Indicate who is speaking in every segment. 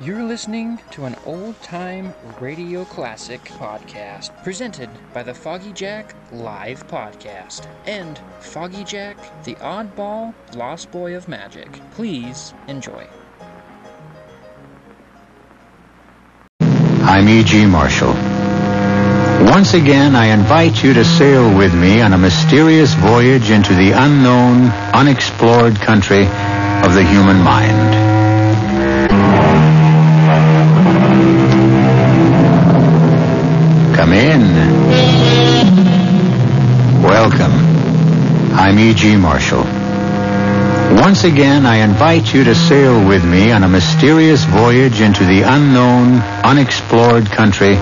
Speaker 1: You're listening to an old time radio classic podcast presented by the Foggy Jack Live Podcast and Foggy Jack, the oddball lost boy of magic. Please enjoy.
Speaker 2: I'm E.G. Marshall. Once again, I invite you to sail with me on a mysterious voyage into the unknown, unexplored country of the human mind. Come in. Welcome. I'm E.G. Marshall. Once again, I invite you to sail with me on a mysterious voyage into the unknown, unexplored country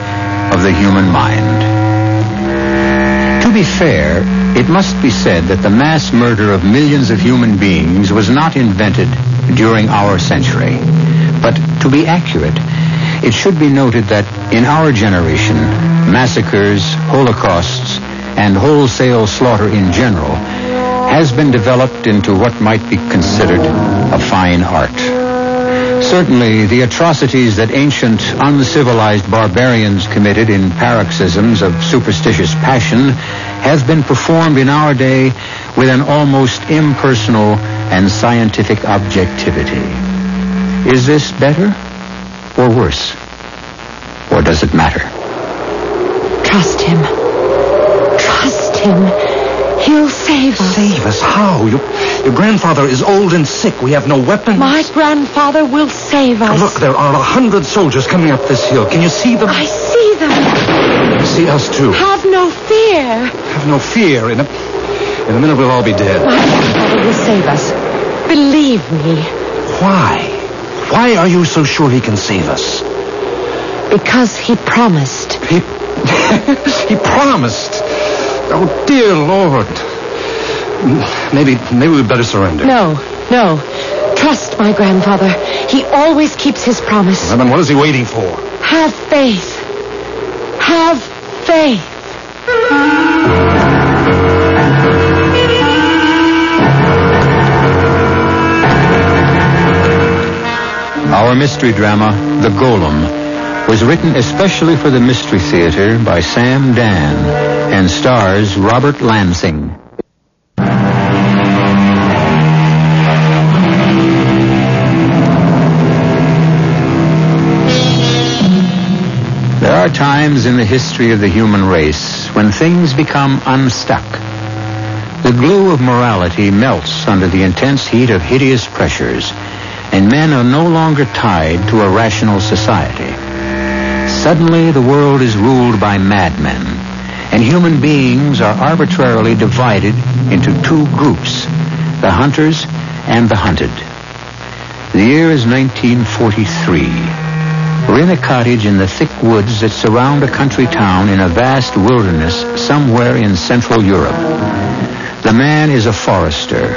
Speaker 2: of the human mind. To be fair, it must be said that the mass murder of millions of human beings was not invented during our century. But to be accurate, it should be noted that in our generation, massacres, holocausts, and wholesale slaughter in general has been developed into what might be considered a fine art. Certainly, the atrocities that ancient, uncivilized barbarians committed in paroxysms of superstitious passion have been performed in our day with an almost impersonal and scientific objectivity. Is this better or worse? Or does it matter?
Speaker 3: Trust him. Trust him. He'll save us.
Speaker 4: Save us? How? Your, your grandfather is old and sick. We have no weapons.
Speaker 3: My grandfather will save us.
Speaker 4: Look, there are a hundred soldiers coming up this hill. Can you see them?
Speaker 3: I see them.
Speaker 4: see us too.
Speaker 3: Have no fear.
Speaker 4: Have no fear. In a, in a minute, we'll all be dead.
Speaker 3: My grandfather will save us. Believe me.
Speaker 4: Why? Why are you so sure he can save us?
Speaker 3: Because he promised.
Speaker 4: He, he promised. Oh, dear Lord. M- Maybe, maybe we'd better surrender.
Speaker 3: No, no. Trust my grandfather. He always keeps his promise.
Speaker 4: Well, then what is he waiting for?
Speaker 3: Have faith. Have faith.
Speaker 2: Our mystery drama, The Golem, was written especially for the Mystery Theater by Sam Dan and stars Robert Lansing. There are times in the history of the human race when things become unstuck. The glue of morality melts under the intense heat of hideous pressures, and men are no longer tied to a rational society. Suddenly, the world is ruled by madmen, and human beings are arbitrarily divided into two groups, the hunters and the hunted. The year is 1943. We're in a cottage in the thick woods that surround a country town in a vast wilderness somewhere in Central Europe. The man is a forester.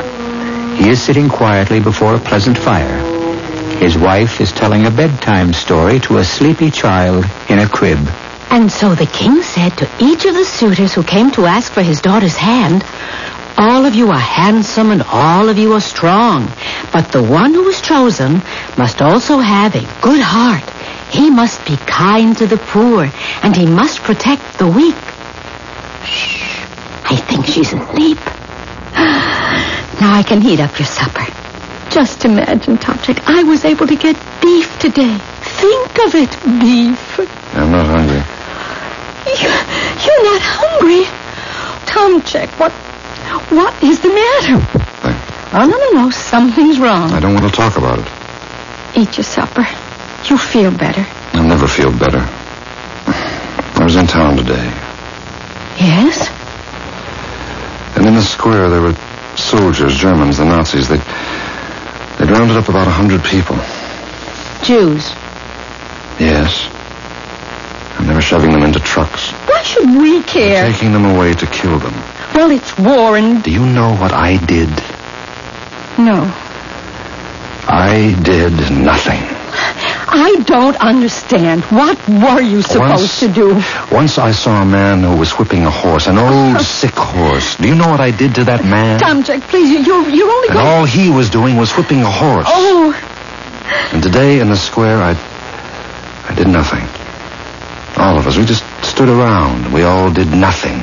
Speaker 2: He is sitting quietly before a pleasant fire. His wife is telling a bedtime story to a sleepy child in a crib.
Speaker 3: And so the king said to each of the suitors who came to ask for his daughter's hand, All of you are handsome and all of you are strong, but the one who is chosen must also have a good heart. He must be kind to the poor, and he must protect the weak. Shh. I think she's asleep. Now I can heat up your supper. Just imagine, Topchick, I was able to get beef today. Think of it, beef.
Speaker 4: I'm not hungry.
Speaker 3: You, you're not hungry. Tomchek, what what is the matter? Oh, no, no, no. Something's wrong.
Speaker 4: don't want to talk about it.
Speaker 3: Eat your supper. You'll feel better.
Speaker 4: I'll never feel better. I was in town today.
Speaker 3: Yes?
Speaker 4: And in the square, there were soldiers, Germans, the Nazis. They, they'd rounded up about a hundred people.
Speaker 3: Jews.
Speaker 4: Yes. And they were shoving them into trucks.
Speaker 3: Why should we care?
Speaker 4: Taking them away to kill them.
Speaker 3: Well, it's war and...
Speaker 4: Do you know what I did?
Speaker 3: No.
Speaker 4: I did nothing.
Speaker 3: I don't understand. What were you supposed to do?
Speaker 4: Once I saw a man who was whipping a horse, an old sick horse. Do you know what I did to that man?
Speaker 3: Tomchek, please, you- you're, you're only
Speaker 4: And
Speaker 3: going...
Speaker 4: all he was doing was whipping a horse.
Speaker 3: Oh,
Speaker 4: And today in the square, I
Speaker 2: I did nothing. All of us, we just stood around. We all did nothing.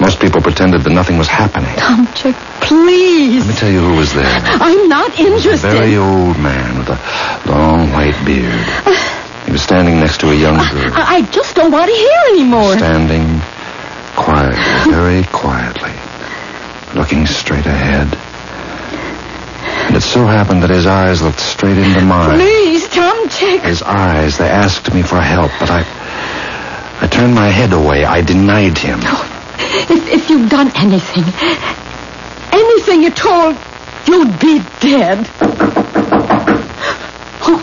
Speaker 2: Most people pretended that nothing was happening.
Speaker 3: Tom, Chick, please.
Speaker 2: Let me tell you who was there.
Speaker 3: I'm not
Speaker 2: A
Speaker 3: interested.
Speaker 2: very old man with a long white beard. He was standing next to a young girl.
Speaker 3: I, I just don't want to hear anymore.
Speaker 2: Standing quietly, very quietly, looking straight ahead. And it so happened that his eyes looked straight into mine.
Speaker 3: Please, Tom, Chick.
Speaker 2: His eyes, they asked me for help, but I. I turned my head away. I denied him.
Speaker 3: If, if you'd done anything, anything at all, you'd be dead. Who,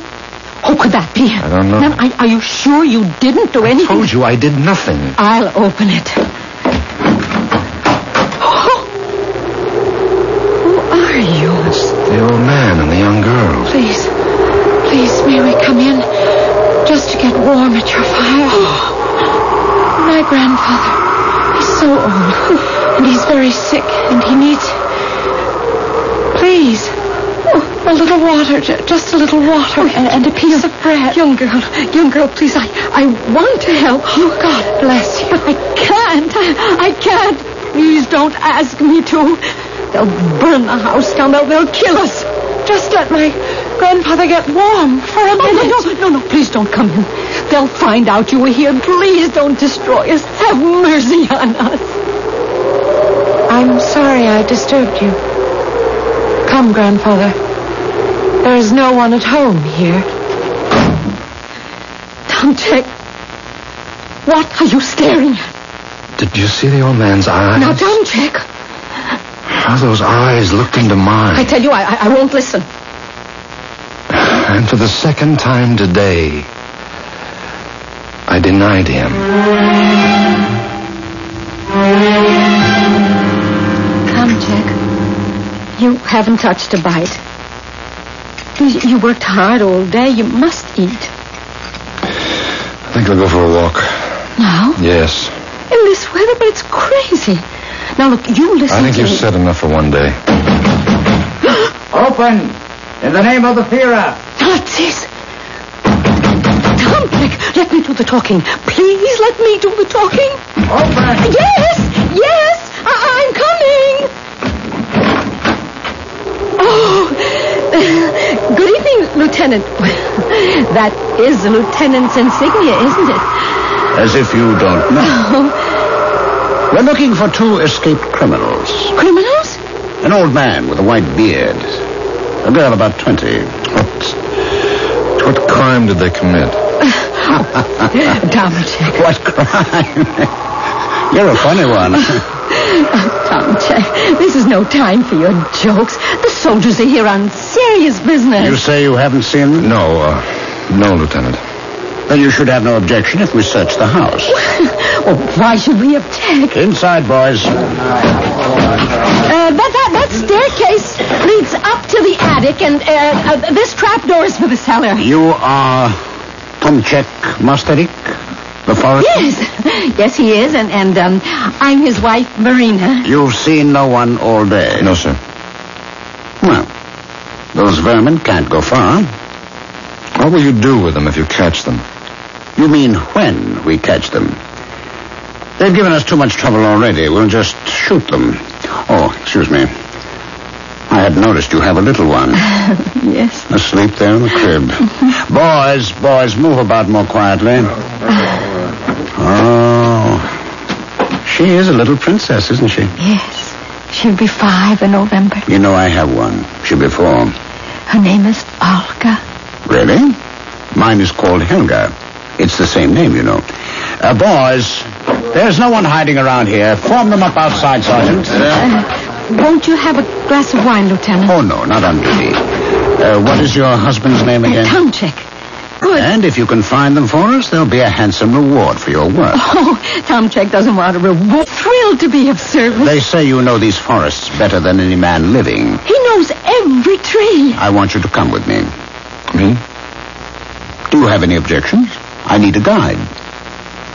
Speaker 3: who could that be?
Speaker 2: I don't know.
Speaker 3: Now, are, are you sure you didn't do
Speaker 2: I
Speaker 3: anything?
Speaker 2: told you I did nothing.
Speaker 3: I'll open it. Who are you?
Speaker 2: It's the old man and the young girl.
Speaker 3: Please, please, may we come in? Just to get warm at your fire. My grandfather, he's so old, and he's very sick, and he needs. Please. Oh, A little water, ju- just a little water, Oh, and, and a piece of bread. Young girl, young girl, please, I, I want to help you. Oh, God bless you. But I can't. I, I can't. Please don't ask me to. They'll burn the house down. They'll, they'll kill us. Just let my grandfather get warm for a minute. Oh, no, no, no, please don't come in. They'll find out you were here. Please don't destroy us. Have mercy on us. I'm sorry I disturbed you. Come, grandfather. There is no one at home here. Tom Jack, what are you staring at?
Speaker 2: Did you see the old man's eyes?
Speaker 3: Now, Tom Jack,
Speaker 2: How those eyes looked into mine.
Speaker 3: I tell you, I, I, I won't listen.
Speaker 2: And for the second time today, I denied him.
Speaker 3: Come, Jack. You haven't touched a bite. You, you worked hard all day. You must eat.
Speaker 2: I think I'll go for a walk.
Speaker 3: Now?
Speaker 2: Yes.
Speaker 3: In this weather, but it's crazy. Now, look, you listen
Speaker 2: I think
Speaker 3: to
Speaker 2: you've
Speaker 3: me.
Speaker 2: said enough for one day.
Speaker 5: Open! In the name of the Führer!
Speaker 3: Not this. Tom Jack, let me do the talking. Please let me do the talking.
Speaker 5: Open!
Speaker 3: Yes, yes, I- I'm coming. Oh, good evening, Lieutenant. Well, that is the Lieutenant's insignia, isn't it?
Speaker 6: As if you don't know. We're looking for two escaped criminals.
Speaker 3: Criminals?
Speaker 6: An old man with a white beard. A girl about 20.
Speaker 2: What crime did they commit?
Speaker 3: Tomchek,
Speaker 6: What crime? You're a funny one.
Speaker 3: Tomchek, oh, this is no time for your jokes. The soldiers are here on serious business.
Speaker 6: You say you haven't seen them?
Speaker 2: No, uh, no, Lieutenant.
Speaker 6: Then you should have no objection if we search the house.
Speaker 3: Oh, why should we object?
Speaker 6: Inside, boys.
Speaker 3: Uh, that, that, that staircase leads up to the attic, and uh, uh, this trapdoor is for the cellar.
Speaker 6: You are Tomchek Mostarik, the forest.
Speaker 3: Yes, yes, he is, and and um, I'm his wife, Marina.
Speaker 6: You've seen no one all day.
Speaker 2: No, sir.
Speaker 6: Well, those vermin can't go far.
Speaker 2: What will you do with them if you catch them?
Speaker 6: You mean when we catch them? They've given us too much trouble already. We'll just shoot them. Oh, excuse me. I had noticed you have a little one
Speaker 3: Yes.
Speaker 6: asleep there in the crib. boys, boys, move about more quietly. Oh, she is a little princess, isn't she?
Speaker 3: Yes. She'll be five in November.
Speaker 6: You know I have one. She'll be four.
Speaker 3: Her name is Olga.
Speaker 6: Really? Mine is called Helga. It's the same name, you know. Uh, boys, there's no one hiding around here. Form them up outside, Sergeant.
Speaker 3: Won't you have a glass of wine, Lieutenant?
Speaker 6: oh, no, not on duty. Uh, what is your husband's name
Speaker 3: Uh,
Speaker 6: again?
Speaker 3: Town check. Good.
Speaker 6: And if you can find them for us, there'll be a handsome reward for your work.
Speaker 3: Oh, Tom Check doesn't want a reward. Thrilled to be of service.
Speaker 6: They say you know these forests better than any man living.
Speaker 3: He knows every tree.
Speaker 6: I want you to come with me.
Speaker 2: Me?
Speaker 6: Do you have any objections? I need a guide.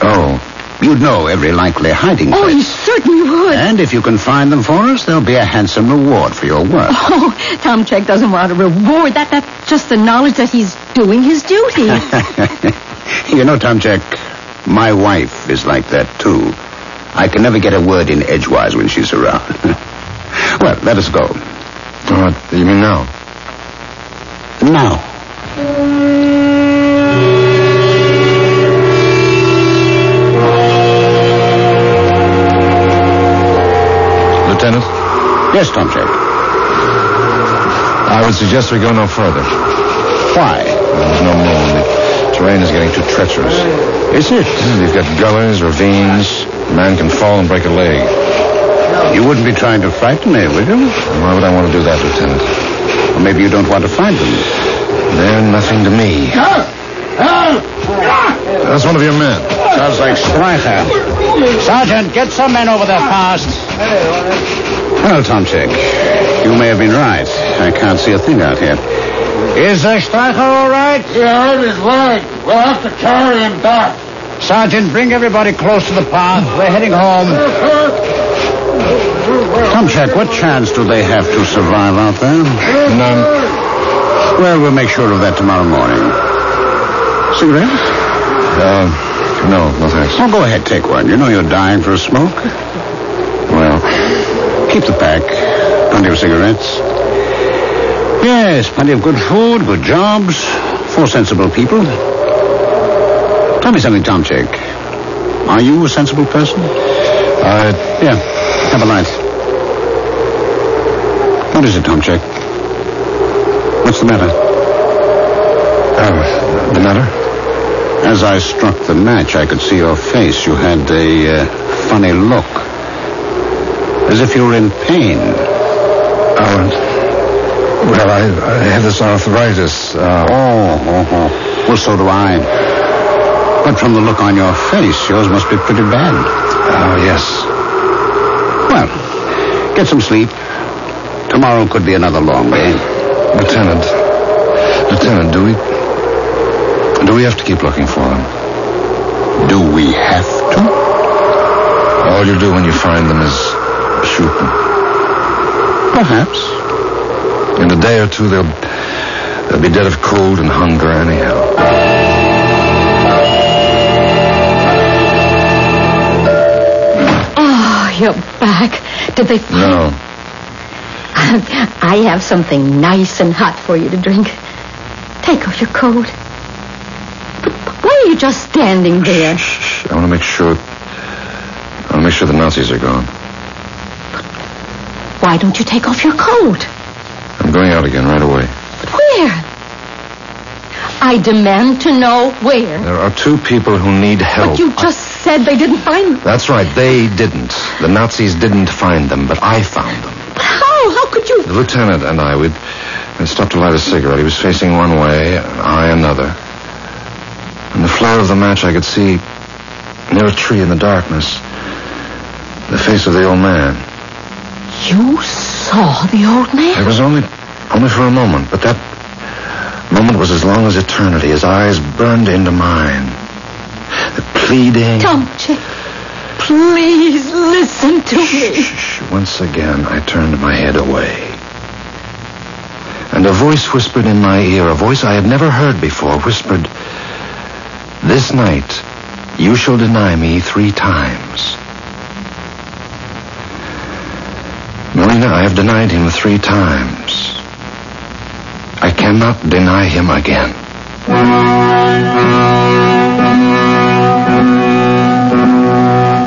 Speaker 2: Oh,
Speaker 6: You'd know every likely hiding place.
Speaker 3: Oh, he certainly would.
Speaker 6: And if you can find them for us, there'll be a handsome reward for your work.
Speaker 3: Oh, Tom Trek doesn't want a reward. That that's just the knowledge that he's doing his duty.
Speaker 6: you know, Tom Jack, my wife is like that, too. I can never get a word in edgewise when she's around. well, let us go.
Speaker 2: What? You mean now?
Speaker 6: Now.
Speaker 2: Lieutenant,
Speaker 6: Yes, Tom Jack.
Speaker 2: I would suggest we go no further.
Speaker 6: Why?
Speaker 2: There's no moon. The terrain is getting too treacherous.
Speaker 6: Is it?
Speaker 2: You've got gullers, ravines. A man can fall and break a leg.
Speaker 6: You wouldn't be trying to frighten me, would you?
Speaker 2: Why would I want to do that, Lieutenant?
Speaker 6: Or maybe you don't want to find them.
Speaker 2: They're nothing to me. That's one of your men.
Speaker 6: Sounds like Spryther. Sergeant, get some men over there fast. Well, Tomczyk, you may have been right. I can't see a thing out here. Is uh, Streicher all right?
Speaker 5: He hurt his leg. We'll have to carry him back.
Speaker 6: Sergeant, bring everybody close to the path. We're heading home. Tomczyk, what chance do they have to survive out there?
Speaker 2: None.
Speaker 6: Well, we'll make sure of that tomorrow morning. Cigarette?
Speaker 2: Uh, no, no thanks.
Speaker 6: Oh, go ahead, take one. You know you're dying for a smoke. Well, keep the pack. Plenty of cigarettes. Yes, plenty of good food, good jobs, four sensible people. Tell me something, Tom Chick. Are you a sensible person? Uh,
Speaker 2: I,
Speaker 6: Yeah. Have a light. What is it, Tom Chick? What's the matter?
Speaker 2: uh, the matter?
Speaker 6: As I struck the match, I could see your face. You had a uh, funny look, as if you were in pain.
Speaker 2: Uh, well, I, I have this arthritis. Uh,
Speaker 6: Oh, oh, oh. Well, so do I. But from the look on your face, yours must be pretty bad.
Speaker 2: oh, yes.
Speaker 6: Well, get some sleep. Tomorrow could be another long day.
Speaker 2: Lieutenant. Lieutenant, do we... Do we have to keep looking for them?
Speaker 6: Do we have to?
Speaker 2: All you do when you find them is shoot them.
Speaker 6: Perhaps.
Speaker 2: In a day or two, they'll, they'll be dead of cold and hunger anyhow.
Speaker 3: Oh, you're back. Did they?
Speaker 2: No.
Speaker 3: I have something nice and hot for you to drink. Take off your coat. But why are you just standing there?
Speaker 2: Shh, shh. I want to make sure... I want to make sure the Nazis are gone.
Speaker 3: Why don't you take off your coat?
Speaker 2: I'm going out again right away.
Speaker 3: But where? I demand to know where.
Speaker 2: There are two people who need help.
Speaker 3: But you just said they didn't find me.
Speaker 2: That's right. They didn't. The Nazis didn't find them, but I found them.
Speaker 3: How? How could you?
Speaker 2: The lieutenant and I, we'd, we'd stopped to light a cigarette. He was facing one way, I another. In the flare of the match, I could see, near a tree in the darkness, the face of the old man.
Speaker 3: You saw the old man?
Speaker 2: It was only, only for a moment, but that moment was as long as eternity. His eyes burned into mine. The pleading.
Speaker 3: Tom, Chick, please listen to me.
Speaker 2: Shh. Once again, I turned my head away. And a voice whispered in my ear, a voice I had never heard before, whispered, This night, you shall deny me three times. Marina, I have denied him three times. I cannot deny him again.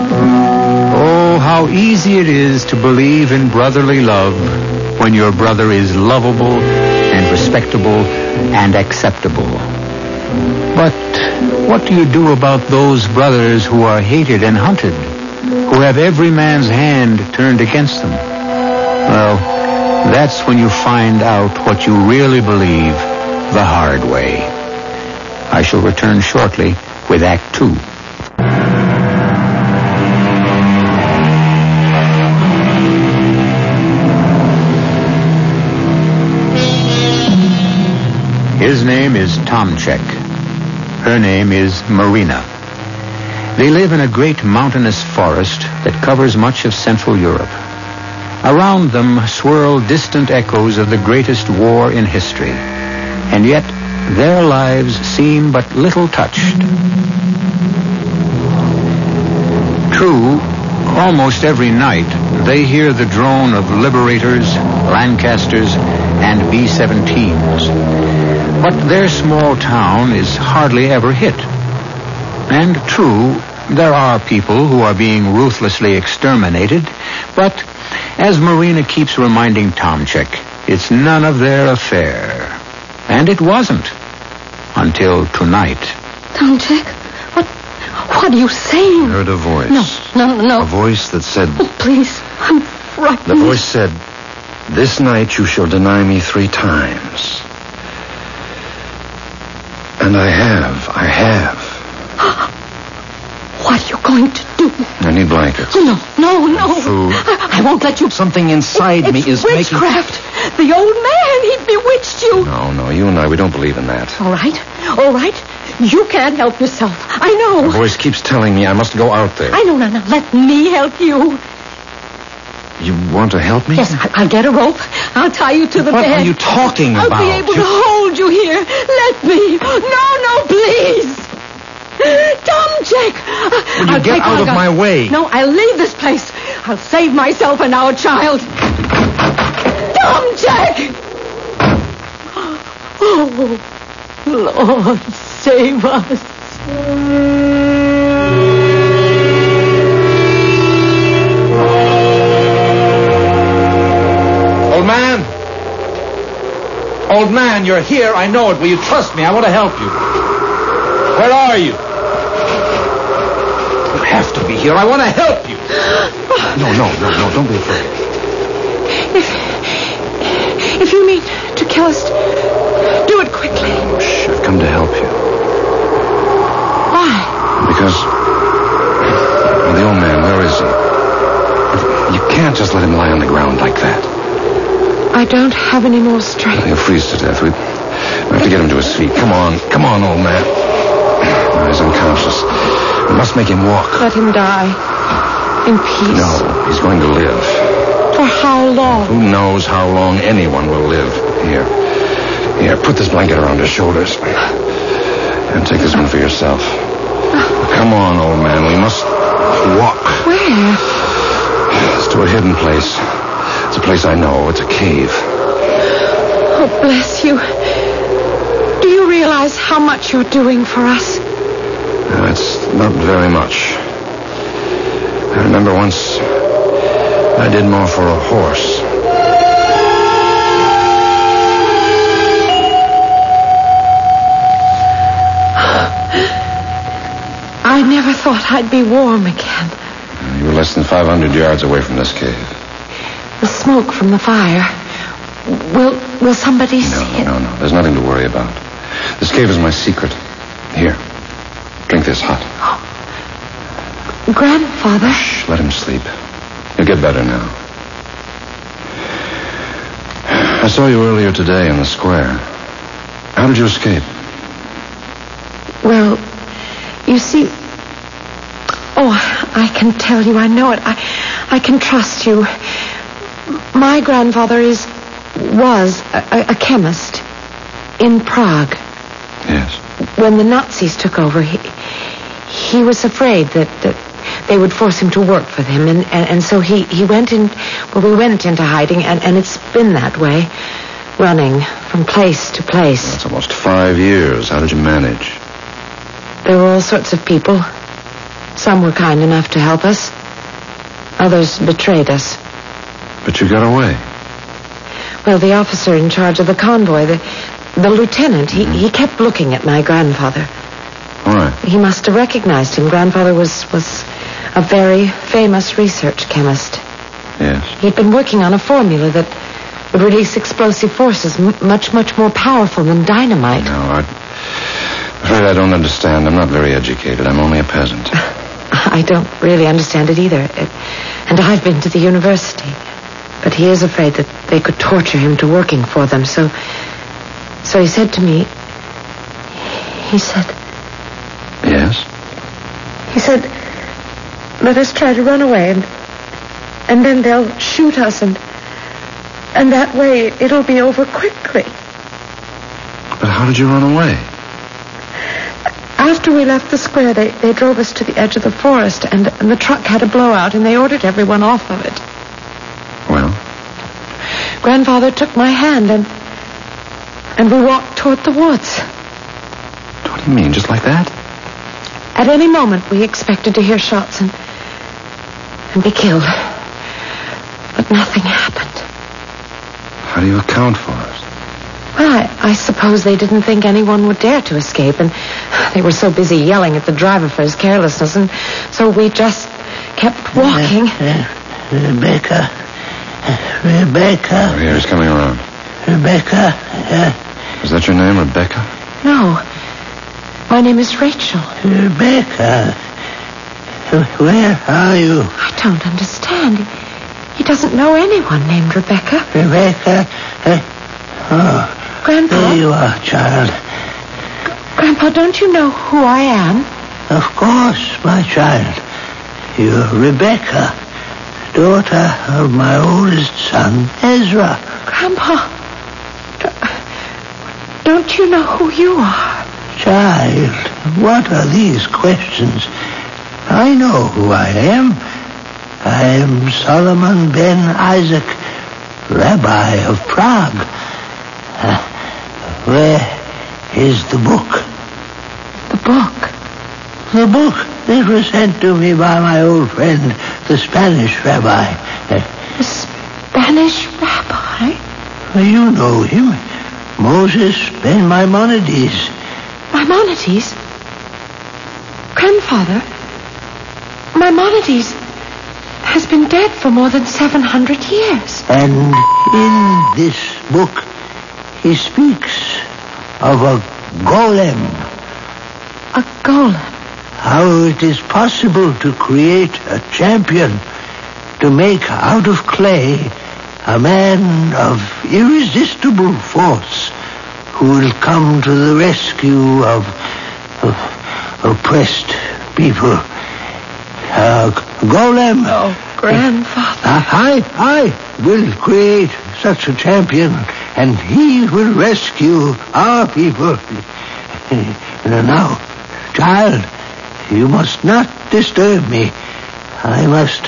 Speaker 7: Oh, how easy it is to believe in brotherly love when your brother is lovable and respectable and acceptable. But what do you do about those brothers who are hated and hunted, who have every man's hand turned against them? Well, that's when you find out what you really believe the hard way. I shall return shortly with Act Two. His name is Tomchek. Her name is Marina. They live in a great mountainous forest that covers much of Central Europe. Around them swirl distant echoes of the greatest war in history. And yet, their lives seem but little touched. True, almost every night they hear the drone of Liberators, Lancasters, and B 17s. But their small town is hardly ever hit. And true, there are people who are being ruthlessly exterminated, but as Marina keeps reminding Tomchek, it's none of their affair. And it wasn't until tonight.
Speaker 3: Tom Jack, what, what are you saying?
Speaker 2: I heard a voice.
Speaker 3: No, no, no.
Speaker 2: A voice that said,
Speaker 3: Oh, please, I'm frightened.
Speaker 2: The voice said, This night you shall deny me three times. And I have, I have.
Speaker 3: What are you going to do?
Speaker 2: I need blankets.
Speaker 3: No, no, no.
Speaker 2: Food.
Speaker 3: I, I won't let you.
Speaker 2: Something inside
Speaker 3: It's
Speaker 2: me is making.
Speaker 3: witchcraft. The old man, he bewitched you.
Speaker 2: No, no, you and I, we don't believe in that.
Speaker 3: All right, all right. You can't help yourself. I know.
Speaker 2: The voice keeps telling me I must go out there.
Speaker 3: I know, Nana. Let me help you.
Speaker 2: You want to help me?
Speaker 3: Yes, I, I'll get a rope. I'll tie you to the
Speaker 2: What
Speaker 3: bed.
Speaker 2: are you talking
Speaker 3: I'll
Speaker 2: about?
Speaker 3: be able to
Speaker 2: You-
Speaker 3: hold you here. Let me. No, no, please. Tom Jack.
Speaker 2: Will you
Speaker 3: I'll
Speaker 2: get
Speaker 3: take
Speaker 2: out of
Speaker 3: Olga.
Speaker 2: my way?
Speaker 3: No, I'll leave this place. I'll save myself and our child. Tom Jack! Oh, Lord, save us.
Speaker 8: Old man! Old man, you're here. I know it. Will you trust me? I want to help you. Where are you? You have to be here. I want to help you.
Speaker 2: No, no, no, no, don't be afraid.
Speaker 3: If you mean to kill us, do it quickly.
Speaker 2: Shh, I've come to help you.
Speaker 3: Why?
Speaker 2: Because. well, the old man, where is he? You can't just let him lie on the ground like that.
Speaker 3: I don't have any more strength.
Speaker 2: He'll freeze to death. We, we have to get him to his feet. Come on, come on, old man. No, he's unconscious. We must make him walk.
Speaker 3: Let him die. In peace.
Speaker 2: No, he's going to live.
Speaker 3: For how long?
Speaker 2: Who knows how long anyone will live? Here. Here, put this blanket around his shoulders. And take this one for yourself. Come on, old man. We must walk.
Speaker 3: Where?
Speaker 2: It's to a hidden place. It's a place I know. It's a cave.
Speaker 3: Oh, bless you. Do you realize how much you're doing for us?
Speaker 2: Now, Uh, it's not very much. I remember once I did more for a horse.
Speaker 3: I never thought I'd be warm again.
Speaker 2: You were less than 500 yards away from this cave.
Speaker 3: The smoke from the fire. Will will somebody see
Speaker 2: No,
Speaker 3: it?
Speaker 2: no, no. There's nothing to worry about. This cave is my secret. Here. Drink this hot.
Speaker 3: Oh. Grandfather,
Speaker 2: Shh, let him sleep. He'll get better now. I saw you earlier today in the square. How did you escape?
Speaker 3: well, you see Oh, I can tell you, I know it. I I can trust you. My grandfather is was a, a- a chemist in Prague.
Speaker 2: Yes.
Speaker 3: when the Nazis took over, he, he was afraid that, that they would force him to work for them, and, and, and so he, he went in, well, we went into hiding, and, and it's been that way, running from place to place.
Speaker 2: That's almost five years. How did you manage?
Speaker 3: There were all sorts of people. Some were kind enough to help us. Others betrayed us.
Speaker 2: But you got away.
Speaker 3: Well, the officer in charge of the convoy, the, the lieutenant, he, he kept looking at my grandfather.
Speaker 2: Why?
Speaker 3: He must have recognized him. Grandfather was was a very famous research chemist.
Speaker 2: Yes.
Speaker 3: He'd been working on a formula that would release explosive forces m- much much more powerful than dynamite.
Speaker 2: No, I... I'm afraid I don't understand. I'm not very educated. I'm only a peasant.
Speaker 3: I don't really understand it either. It- and I've been to the university, but he is afraid that they could torture him to working for them. So so he said to me he said
Speaker 2: yes?
Speaker 3: He said, let us try to run away and, and then they'll shoot us and, and that way it'll be over quickly.
Speaker 2: But how did you run away?
Speaker 3: After we left the square, they, they drove us to the edge of the forest and, and the truck had a blowout and they ordered everyone off of it.
Speaker 2: Well?
Speaker 3: Grandfather took my hand and, and we walked toward the woods.
Speaker 2: What do you mean, just like that?
Speaker 3: At any moment, we expected to hear shots and, and be killed. But nothing happened.
Speaker 2: How do you account for it?
Speaker 3: Well, I, I suppose they didn't think anyone would dare to escape, and they were so busy yelling at the driver for his carelessness, and so we just kept walking.
Speaker 9: Re- Re- Rebecca. Rebecca.
Speaker 2: Oh, here, he's coming around.
Speaker 9: Rebecca.
Speaker 2: Uh, Is that your name, Rebecca?
Speaker 3: No. My name is Rachel.
Speaker 9: Rebecca, where are you?
Speaker 3: I don't understand. He doesn't know anyone named Rebecca.
Speaker 9: Rebecca? Uh,
Speaker 3: oh. Grandpa?
Speaker 9: There you are, child.
Speaker 3: G- Grandpa, don't you know who I am?
Speaker 9: Of course, my child. You're Rebecca, daughter of my oldest son, Ezra.
Speaker 3: Grandpa, don't you know who you are?
Speaker 9: Child, what are these questions? I know who I am. I am Solomon ben Isaac, Rabbi of Prague. Uh, where is the book?
Speaker 3: The book?
Speaker 9: The book that was sent to me by my old friend, the Spanish rabbi.
Speaker 3: The Spanish rabbi?
Speaker 9: Well, you know him. Moses ben Maimonides.
Speaker 3: Maimonides? Grandfather, Maimonides has been dead for more than 700 years.
Speaker 9: And in this book, he speaks of a golem.
Speaker 3: A golem?
Speaker 9: How it is possible to create a champion, to make out of clay a man of irresistible force who will come to the rescue of, of oppressed people. Uh, golem.
Speaker 3: Oh, grandfather.
Speaker 9: Uh, I, I will create such a champion, and he will rescue our people. now, child, you must not disturb me. I must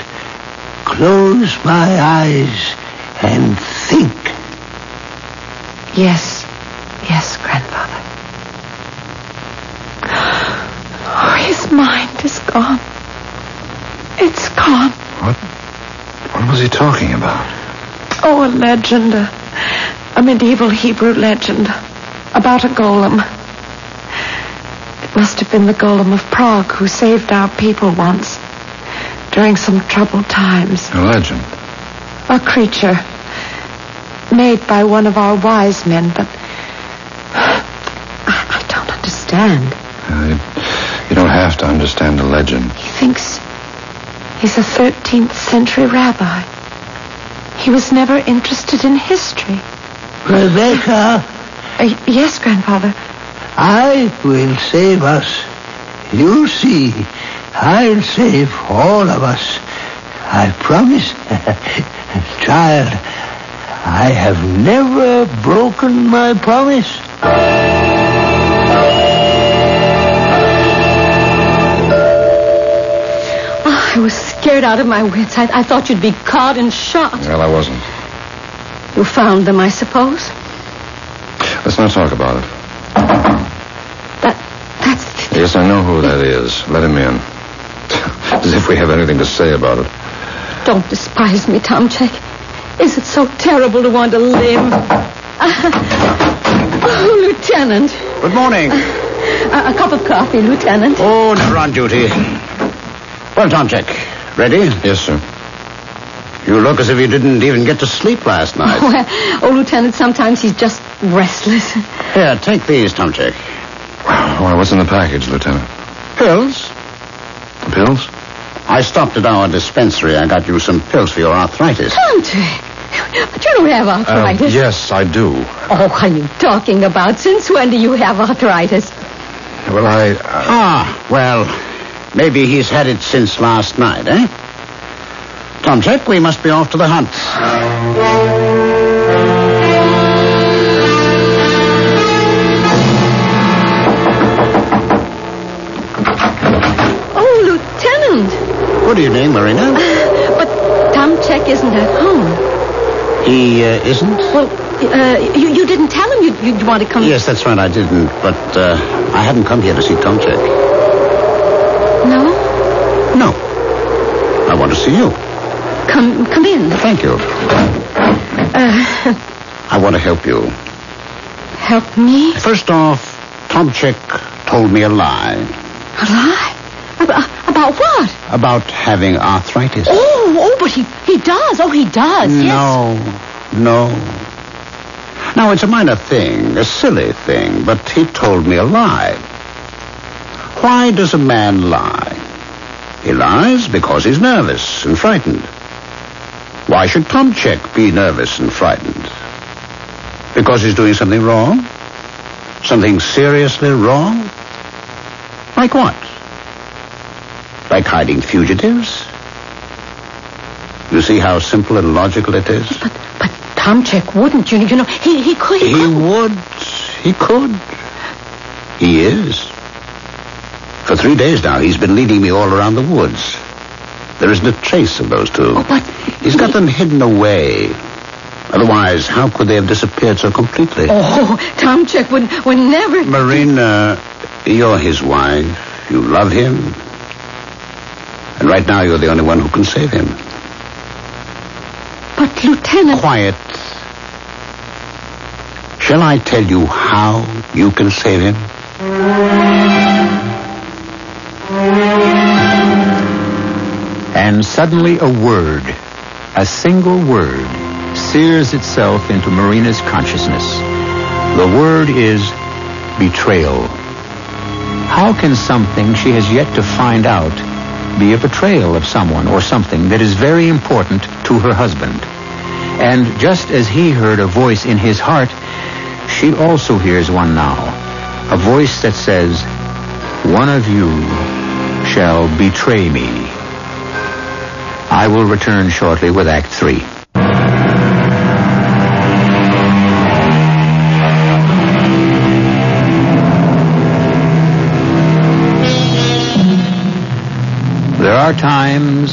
Speaker 9: close my eyes and think.
Speaker 3: Yes. Yes, Grandfather. Oh, his mind is gone. It's gone.
Speaker 2: What? What was he talking about?
Speaker 3: Oh, a legend. A, a medieval Hebrew legend about a golem. It must have been the golem of Prague who saved our people once during some troubled times.
Speaker 2: A legend?
Speaker 3: A creature made by one of our wise men, but
Speaker 2: Uh, you don't have to understand the legend.
Speaker 3: He thinks he's a 13th century rabbi. He was never interested in history.
Speaker 9: Rebecca?
Speaker 3: Uh, yes, Grandfather.
Speaker 9: I will save us. You see, I'll save all of us. I promise. Child, I have never broken my promise.
Speaker 10: I was Oh, scared out of my wits. I, I, thought you'd be caught and shot.
Speaker 2: Well, I wasn't.
Speaker 10: You found them, I suppose.
Speaker 2: Let's not talk about it.
Speaker 10: That that's
Speaker 2: Yes, I know who that is. Let him in. As if we have anything to say about it.
Speaker 10: Don't despise me, Tomchek. Is it so terrible to want to live? oh, Lieutenant.
Speaker 11: Good morning.
Speaker 10: Uh, a, a cup of coffee, Lieutenant.
Speaker 11: Oh, never on duty. Well, Tomchek, ready?
Speaker 2: Yes, sir.
Speaker 11: You look as if you didn't even get to sleep last night.
Speaker 10: Well, oh, Lieutenant, sometimes he's just restless.
Speaker 11: Here, take these, Tomchek.
Speaker 2: Well, what's in the package, Lieutenant?
Speaker 11: Pills.
Speaker 2: Pills?
Speaker 11: I stopped at our dispensary. I got you some pills for your arthritis.
Speaker 10: Tomchek, but you don't have arthritis.
Speaker 2: Uh, yes, I do.
Speaker 10: Oh, what are you talking about? Since when do you have arthritis?
Speaker 2: Well, I... Uh...
Speaker 11: Ah, well,
Speaker 9: Maybe he's had it since last night, eh? Tom Jack, we must be off to the hunt.
Speaker 10: Oh, Lieutenant!
Speaker 9: Good evening, Marina.
Speaker 10: Uh, but Tom Check isn't at home.
Speaker 9: He uh, isn't?
Speaker 10: Well, uh, you, you didn't tell him you'd, you'd want to come.
Speaker 9: Yes, that's right, I didn't. But uh, I hadn't come here to see Tom Check.
Speaker 10: No?
Speaker 9: No. I want to see you.
Speaker 10: Come, come in.
Speaker 9: Thank you.
Speaker 10: Uh,
Speaker 9: I want to help you.
Speaker 10: Help me?
Speaker 9: First off, Tom Check told me a lie.
Speaker 10: A lie? About, about what?
Speaker 9: About having arthritis.
Speaker 10: Oh, oh, but he, he does. Oh, he does.
Speaker 9: No, yes. no. Now, it's a minor thing, a silly thing, but he told me a lie. Why does a man lie? He lies because he's nervous and frightened. Why should Tomchek be nervous and frightened? Because he's doing something wrong? Something seriously wrong? Like what? like hiding fugitives. You see how simple and logical it is?
Speaker 10: But, but Tomchek wouldn't, you, you know. He, he could.
Speaker 9: He, he would. He could. He is. For three days now, he's been leading me all around the woods. There isn't a trace of those two.
Speaker 10: Oh, but...
Speaker 9: He's got them hidden away. Otherwise, how could they have disappeared so completely?
Speaker 10: Oh, Tomchek would, would never...
Speaker 9: Marina, you're his wife. You love him. And right now you're the only one who can save him.
Speaker 10: But, Lieutenant.
Speaker 9: Quiet. Shall I tell you how you can save him?
Speaker 12: And suddenly a word, a single word, sears itself into Marina's consciousness. The word is betrayal. How can something she has yet to find out be a betrayal of someone or something that is very important to her husband. And just as he heard a voice in his heart, she also hears one now. A voice that says, One of you shall betray me. I will return shortly with Act Three. There are times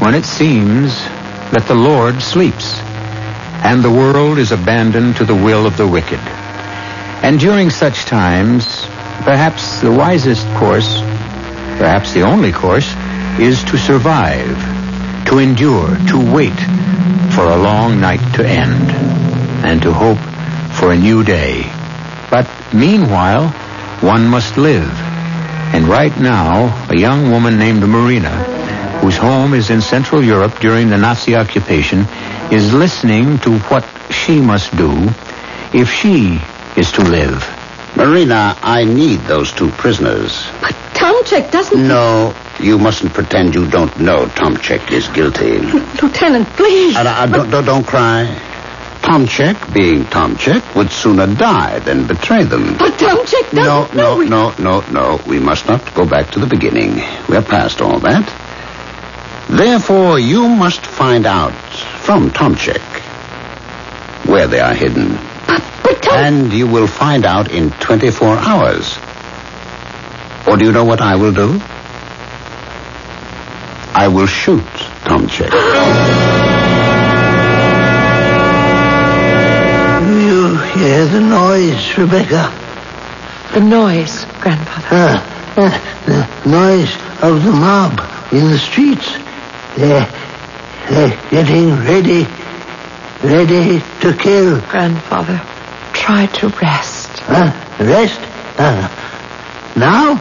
Speaker 12: when it seems that the Lord sleeps, and the world is abandoned to the will of the wicked. And during such times, perhaps the wisest course, perhaps the only course, is to survive, to endure, to wait for a long night to end, and to hope for a new day. But meanwhile, one must live. And right now, a young woman named Marina, whose home is in Central Europe during the Nazi occupation, is listening to what she must do if she is to live.
Speaker 9: Marina, I need those two prisoners.
Speaker 10: But Tomchek doesn't.
Speaker 9: No, you mustn't pretend you don't know Tomchek is guilty.
Speaker 10: Lieutenant, please.
Speaker 9: And, uh, don't, don't, don't cry. Tomchek, being Tomchek, would sooner die than betray them.
Speaker 10: But Tomchek
Speaker 9: No, no, no, no, no. We must not go back to the beginning. We're past all that. Therefore, you must find out from Tomchek where they are hidden.
Speaker 10: But, but Tom...
Speaker 9: And you will find out in 24 hours. Or do you know what I will do? I will shoot Tomchek.
Speaker 13: hear the noise, Rebecca?
Speaker 3: The noise, Grandfather.
Speaker 13: Ah, ah, the noise of the mob in the streets. They're, they're getting ready, ready to kill.
Speaker 3: Grandfather, try to rest.
Speaker 13: Huh? Rest? Uh, now?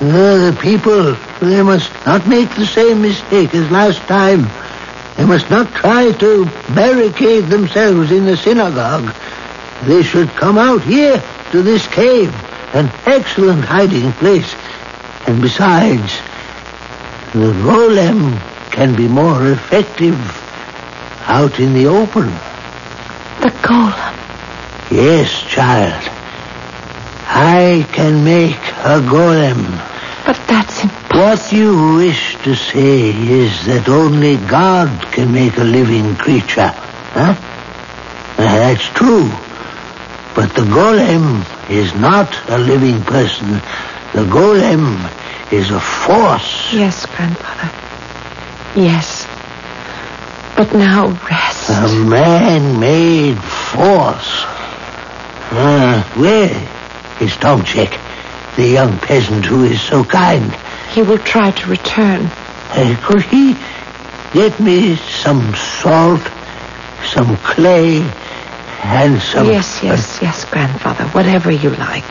Speaker 13: No, the people, they must not make the same mistake as last time. They must not try to barricade themselves in the synagogue. They should come out here to this cave, an excellent hiding place. And besides, the golem can be more effective out in the open.
Speaker 3: The golem?
Speaker 13: Yes, child. I can make a golem
Speaker 14: But that's impossible.
Speaker 9: What you wish to say is that only God can make a living creature. Huh? Eh, That's true. But the golem is not a living person. The golem is a force.
Speaker 14: Yes, grandfather. Yes. But now rest.
Speaker 9: A man-made force. Uh, where is Tomchek, the young peasant who is so kind?
Speaker 14: He will try to return.
Speaker 9: Uh, could he get me some salt, some clay, and some...
Speaker 14: Yes, yes, uh, yes, grandfather, whatever you like.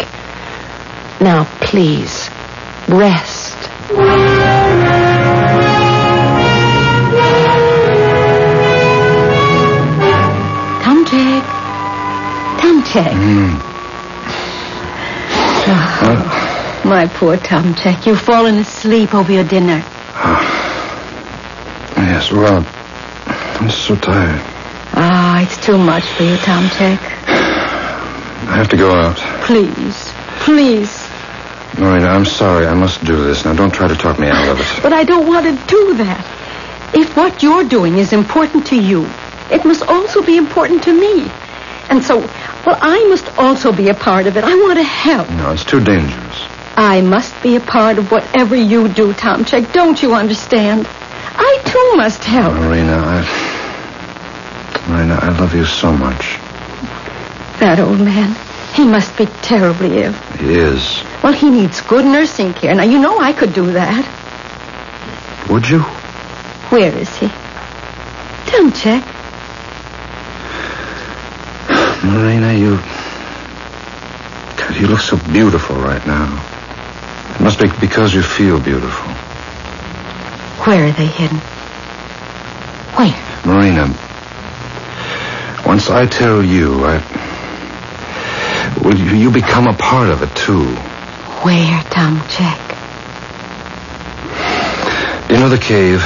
Speaker 14: Now, please, rest.
Speaker 10: Tomchek. Mm. Oh, my poor Tomchek, you've fallen asleep over your dinner.
Speaker 2: Oh. Yes, well, I'm so tired.
Speaker 10: Ah, oh, it's too much for you, Tomchek.
Speaker 2: I have to go out.
Speaker 10: Please, please.
Speaker 2: Marina, I'm sorry. I must do this. Now, don't try to talk me out of it.
Speaker 10: But I don't want to do that. If what you're doing is important to you, it must also be important to me. And so, well, I must also be a part of it. I want to help.
Speaker 2: No, it's too dangerous.
Speaker 10: I must be a part of whatever you do, Tomchek. Don't you understand? I too must help.
Speaker 2: Marina, I. Marina, I love you so much.
Speaker 10: That old man, he must be terribly ill.
Speaker 2: He is.
Speaker 10: Well, he needs good nursing care. Now, you know I could do that.
Speaker 2: Would you?
Speaker 10: Where is he? Tomchek.
Speaker 2: Marina, you. God, you look so beautiful right now. It must be because you feel beautiful.
Speaker 10: Where are they hidden? Where?
Speaker 2: Marina, once I tell you, I. Well, you become a part of it, too.
Speaker 10: Where, Tom Jack?
Speaker 2: You know the cave?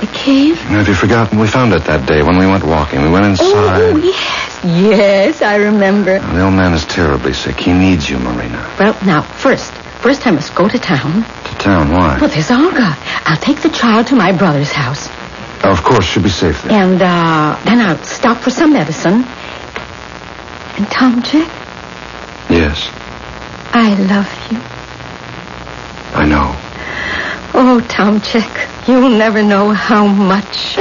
Speaker 10: The cave?
Speaker 2: Have you forgotten? We found it that day when we went walking. We went inside.
Speaker 10: Oh, yes. Yes, I remember.
Speaker 2: Now, the old man is terribly sick. He needs you, Marina.
Speaker 10: Well, now, first, first I must go to town.
Speaker 2: To town? Why?
Speaker 10: Well, there's Olga. I'll take the child to my brother's house.
Speaker 2: Oh, of course, she'll be safe there.
Speaker 10: And uh, then I'll stop for some medicine. And Tom Jack?
Speaker 2: Yes.
Speaker 10: I love you.
Speaker 2: I know.
Speaker 10: Oh, Tom Jack, you'll never know how much.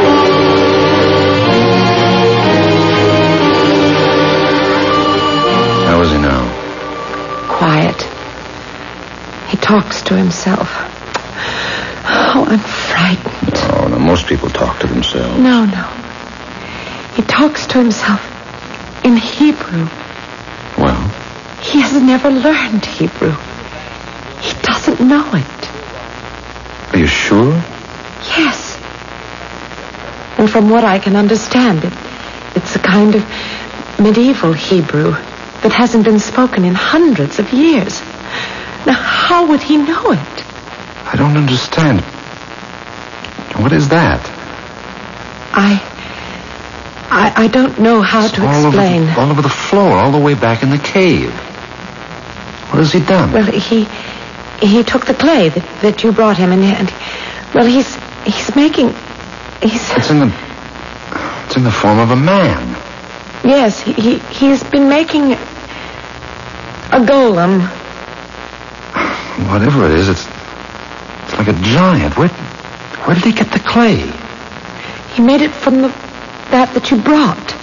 Speaker 2: How is he now?
Speaker 14: Quiet. He talks to himself. Oh, I'm frightened.
Speaker 2: Oh, no, most people talk to themselves.
Speaker 14: No, no. He talks to himself in Hebrew.
Speaker 2: Well?
Speaker 14: He has never learned Hebrew. He doesn't know it.
Speaker 2: Are you sure?
Speaker 14: Yes. And from what I can understand, it, it's a kind of medieval Hebrew that hasn't been spoken in hundreds of years. Now, how would he know it?
Speaker 2: I don't understand. What is that?
Speaker 14: I. I, I don't know how
Speaker 2: it's
Speaker 14: to explain.
Speaker 2: Over the, all over the floor, all the way back in the cave. What has he done?
Speaker 14: Well, he. He took the clay that, that you brought him, and, and. Well, he's. He's making. He's.
Speaker 2: It's in the. It's in the form of a man.
Speaker 14: Yes, he, he, he's been making a golem.
Speaker 2: Whatever it is, it's, it's like a giant. Where, where did he get the clay?
Speaker 14: He made it from the, that that you brought.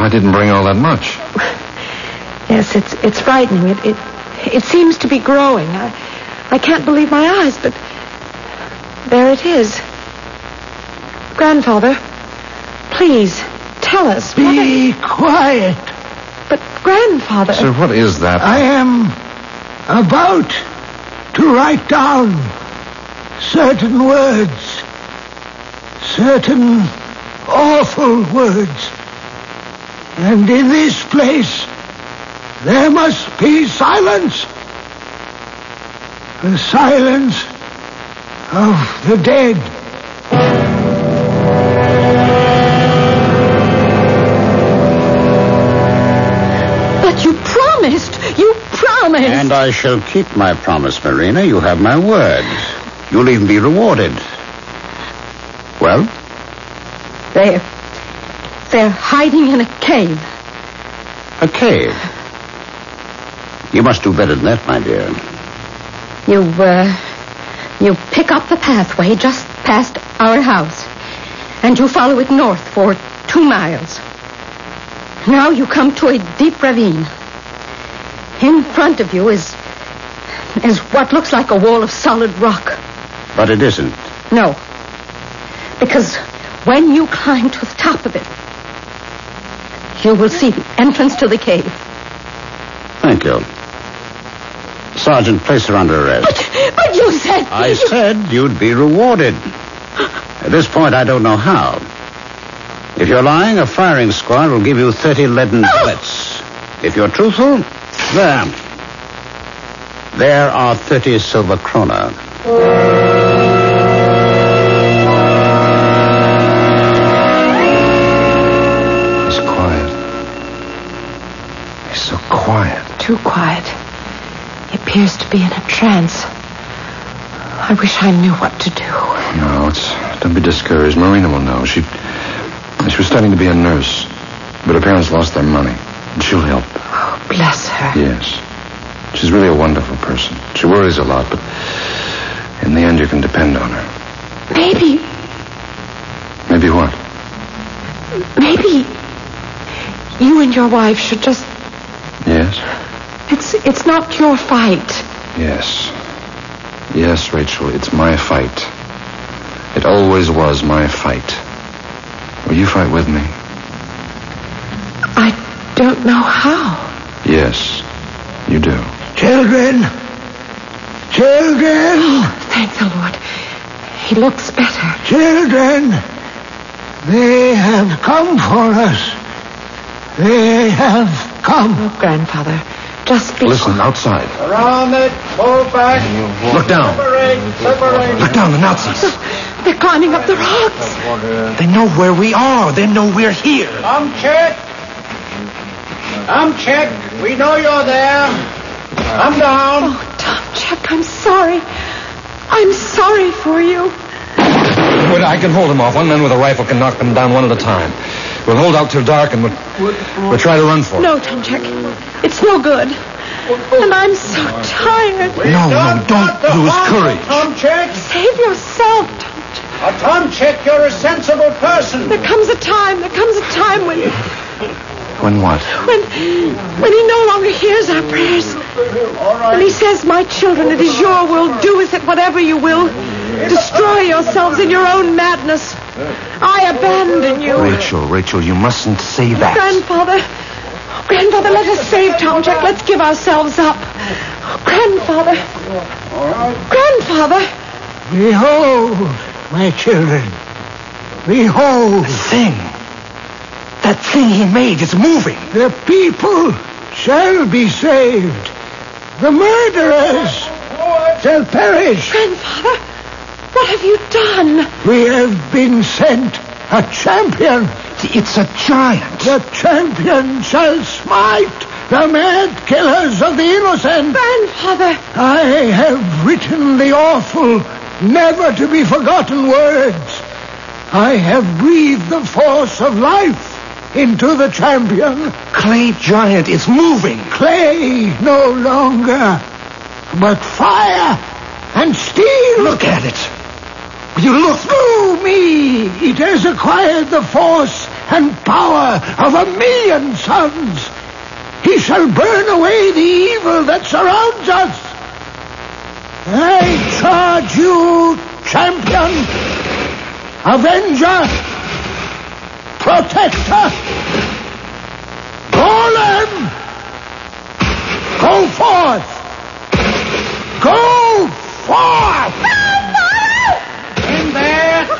Speaker 2: I didn't bring all that much.
Speaker 14: yes, it's it's frightening. It it, it seems to be growing. I, I can't believe my eyes, but there it is. Grandfather, please tell us.
Speaker 9: Be I... quiet.
Speaker 14: But, grandfather.
Speaker 2: Sir, what is that?
Speaker 9: I am about to write down certain words, certain awful words. And in this place, there must be silence. The silence of the dead.
Speaker 10: you promised. promised. You promised.
Speaker 15: And I shall keep my promise, Marina. You have my word. You'll even be rewarded. Well?
Speaker 10: They're. They're hiding in a cave.
Speaker 15: A cave? You must do better than that, my dear.
Speaker 10: You, uh. You pick up the pathway just past our house, and you follow it north for two miles. Now you come to a deep ravine. In front of you is. is what looks like a wall of solid rock.
Speaker 15: But it isn't.
Speaker 10: No. Because when you climb to the top of it, you will see the entrance to the cave.
Speaker 15: Thank you. Sergeant, place her under arrest.
Speaker 10: But, but you said.
Speaker 15: I you... said you'd be rewarded. At this point, I don't know how. If you're lying, a firing squad will give you 30 leaden oh. bullets. If you're truthful, there. There are 30 silver krona.
Speaker 2: It's quiet. It's so quiet.
Speaker 3: Too quiet. He appears to be in a trance. I wish I knew what to do.
Speaker 2: No, it's don't be discouraged. Marina will know. She she was studying to be a nurse, but her parents lost their money. And she'll help.
Speaker 3: Oh, bless her.
Speaker 2: Yes. She's really a wonderful person. She worries a lot, but in the end you can depend on her.
Speaker 3: Maybe.
Speaker 2: Maybe what?
Speaker 3: Maybe you and your wife should just
Speaker 2: Yes.
Speaker 3: It's it's not your fight.
Speaker 2: Yes. Yes, Rachel, it's my fight. It always was my fight. Will you fight with me?
Speaker 3: I don't know how.
Speaker 2: Yes, you do.
Speaker 9: Children! Children!
Speaker 3: Oh, thank the Lord. He looks better.
Speaker 9: Children! They have come for us. They have come.
Speaker 3: Oh, Grandfather, just be...
Speaker 2: Listen, outside.
Speaker 16: Around it. Move back.
Speaker 2: Look down.
Speaker 16: Separate. Separate.
Speaker 2: Look down, the Nazis.
Speaker 3: They're climbing up the rocks.
Speaker 17: They know where we are. They know we're here.
Speaker 16: I'm check. I'm check. We know you're there. I'm down.
Speaker 3: Oh, Tom Check, I'm sorry. I'm sorry for you.
Speaker 18: But I can hold them off. One man with a rifle can knock them down one at a time. We'll hold out till dark and we'll, we'll try to run
Speaker 17: Oh.
Speaker 18: for it.
Speaker 3: No, Tom Check. It's no good. And I'm so tired.
Speaker 17: No, no, don't lose courage.
Speaker 16: Tom Check.
Speaker 3: Save yourself, Tom Check.
Speaker 16: Uh, Tom Check, you're a sensible person.
Speaker 3: There comes a time, there comes a time when...
Speaker 2: When what?
Speaker 3: When, when he no longer hears our prayers. All right. When he says, my children, it is your will, do with it whatever you will. Destroy yourselves in your own madness. I abandon you.
Speaker 17: Rachel, Rachel, you mustn't say that.
Speaker 3: Grandfather, grandfather, let us save Tom Jack. Let's give ourselves up. Grandfather, grandfather.
Speaker 9: Behold, my children. Behold.
Speaker 17: The thing. That thing he made is moving.
Speaker 9: The people shall be saved. The murderers shall perish.
Speaker 3: Grandfather. What have you done?
Speaker 9: We have been sent a champion.
Speaker 17: It's a giant.
Speaker 9: The champion shall smite the mad killers of the innocent.
Speaker 3: Grandfather.
Speaker 9: I have written the awful, never to be forgotten words. I have breathed the force of life into the champion.
Speaker 17: Clay giant is moving.
Speaker 9: Clay no longer, but fire and steel.
Speaker 17: Look at it.
Speaker 9: You look through me. It has acquired the force and power of a million suns. He shall burn away the evil that surrounds us. I charge you, champion, avenger, protector, golem, go forth. Go forth.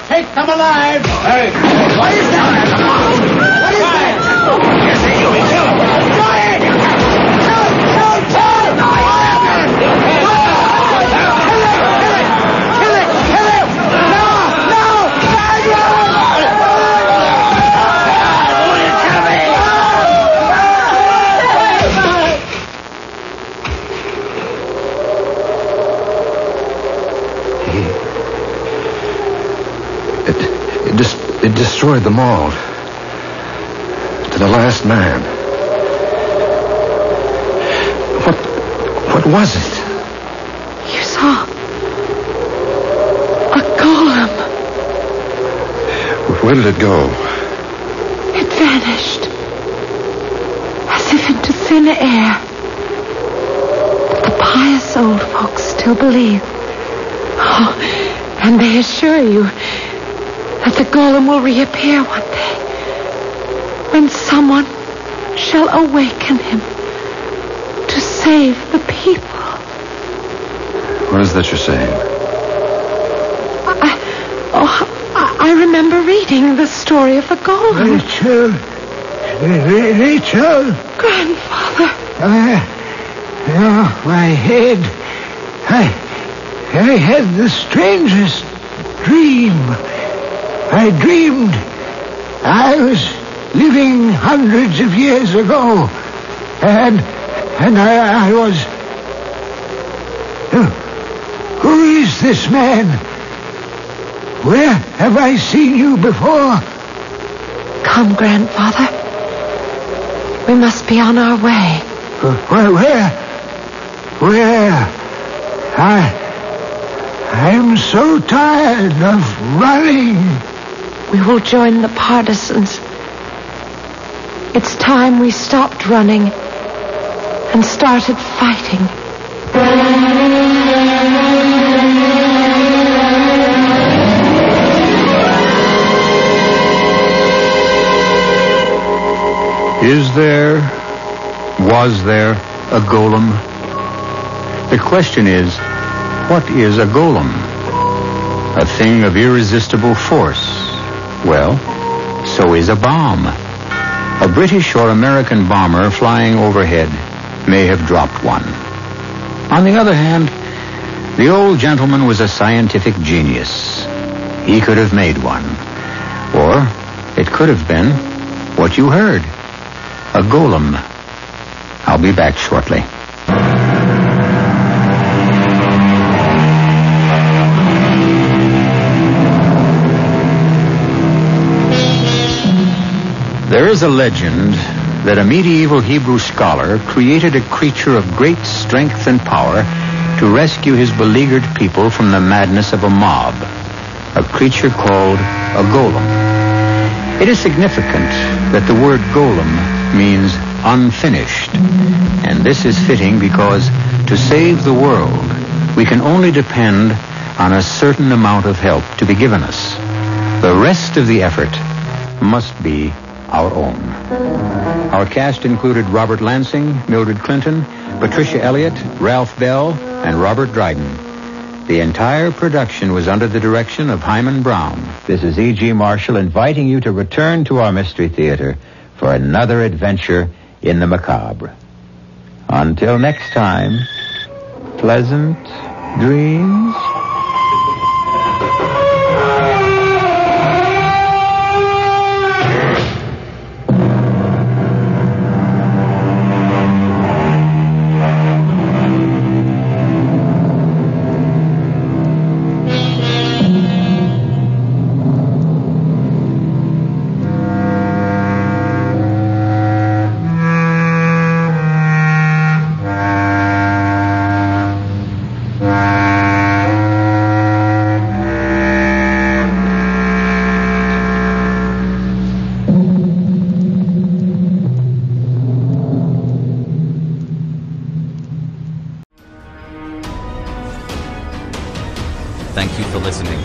Speaker 16: Take them alive!
Speaker 17: Hey!
Speaker 16: What is that? What is that?
Speaker 17: Yes, you kill him!
Speaker 16: Go ahead! Kill! Kill! Kill!
Speaker 19: destroyed them all. To the last man. What what was it?
Speaker 3: You saw a golem.
Speaker 19: Where did it go?
Speaker 3: It vanished. As if into thin air. But the pious old folks still believe. Oh, and they assure you that the golem will reappear one day. When someone shall awaken him to save the people.
Speaker 19: What is that you're saying?
Speaker 3: Oh, I, I remember reading the story of the golem.
Speaker 9: Rachel. Ra- Rachel.
Speaker 3: Grandfather.
Speaker 9: Uh, oh, my head. I, I had the strangest dream. I dreamed I was living hundreds of years ago. And, and I, I was... Who, oh, who is this man? Where have I seen you before?
Speaker 3: Come, Grandfather. We must be on our way.
Speaker 9: Where? Where? Where? I. I'm so tired of running.
Speaker 3: We will join the partisans. It's time we stopped running and started fighting.
Speaker 2: Is there, was there, a golem? The question is, what is a golem? A thing of irresistible force. Well, so is a bomb. A British or American bomber flying overhead may have dropped one. On the other hand, the old gentleman was a scientific genius. He could have made one. Or it could have been what you heard a golem. I'll be back shortly. There is a legend that a medieval Hebrew scholar created a creature of great strength and power to rescue his beleaguered people from the madness of a mob, a creature called a golem. It is significant that the word golem means unfinished, and this is fitting because to save the world, we can only depend on a certain amount of help to be given us. The rest of the effort must be our own. Our cast included Robert Lansing, Mildred Clinton, Patricia Elliott, Ralph Bell, and Robert Dryden. The entire production was under the direction of Hyman Brown.
Speaker 20: This is E.G. Marshall inviting you to return to our Mystery Theater for another adventure in the macabre. Until next time, pleasant dreams.
Speaker 21: Thank you for listening.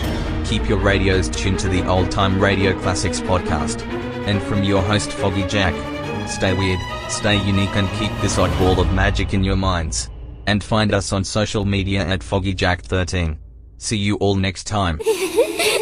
Speaker 21: Keep your radios tuned to the Old Time Radio Classics podcast. And from your host, Foggy Jack, stay weird, stay unique, and keep this oddball of magic in your minds. And find us on social media at FoggyJack13. See you all next time.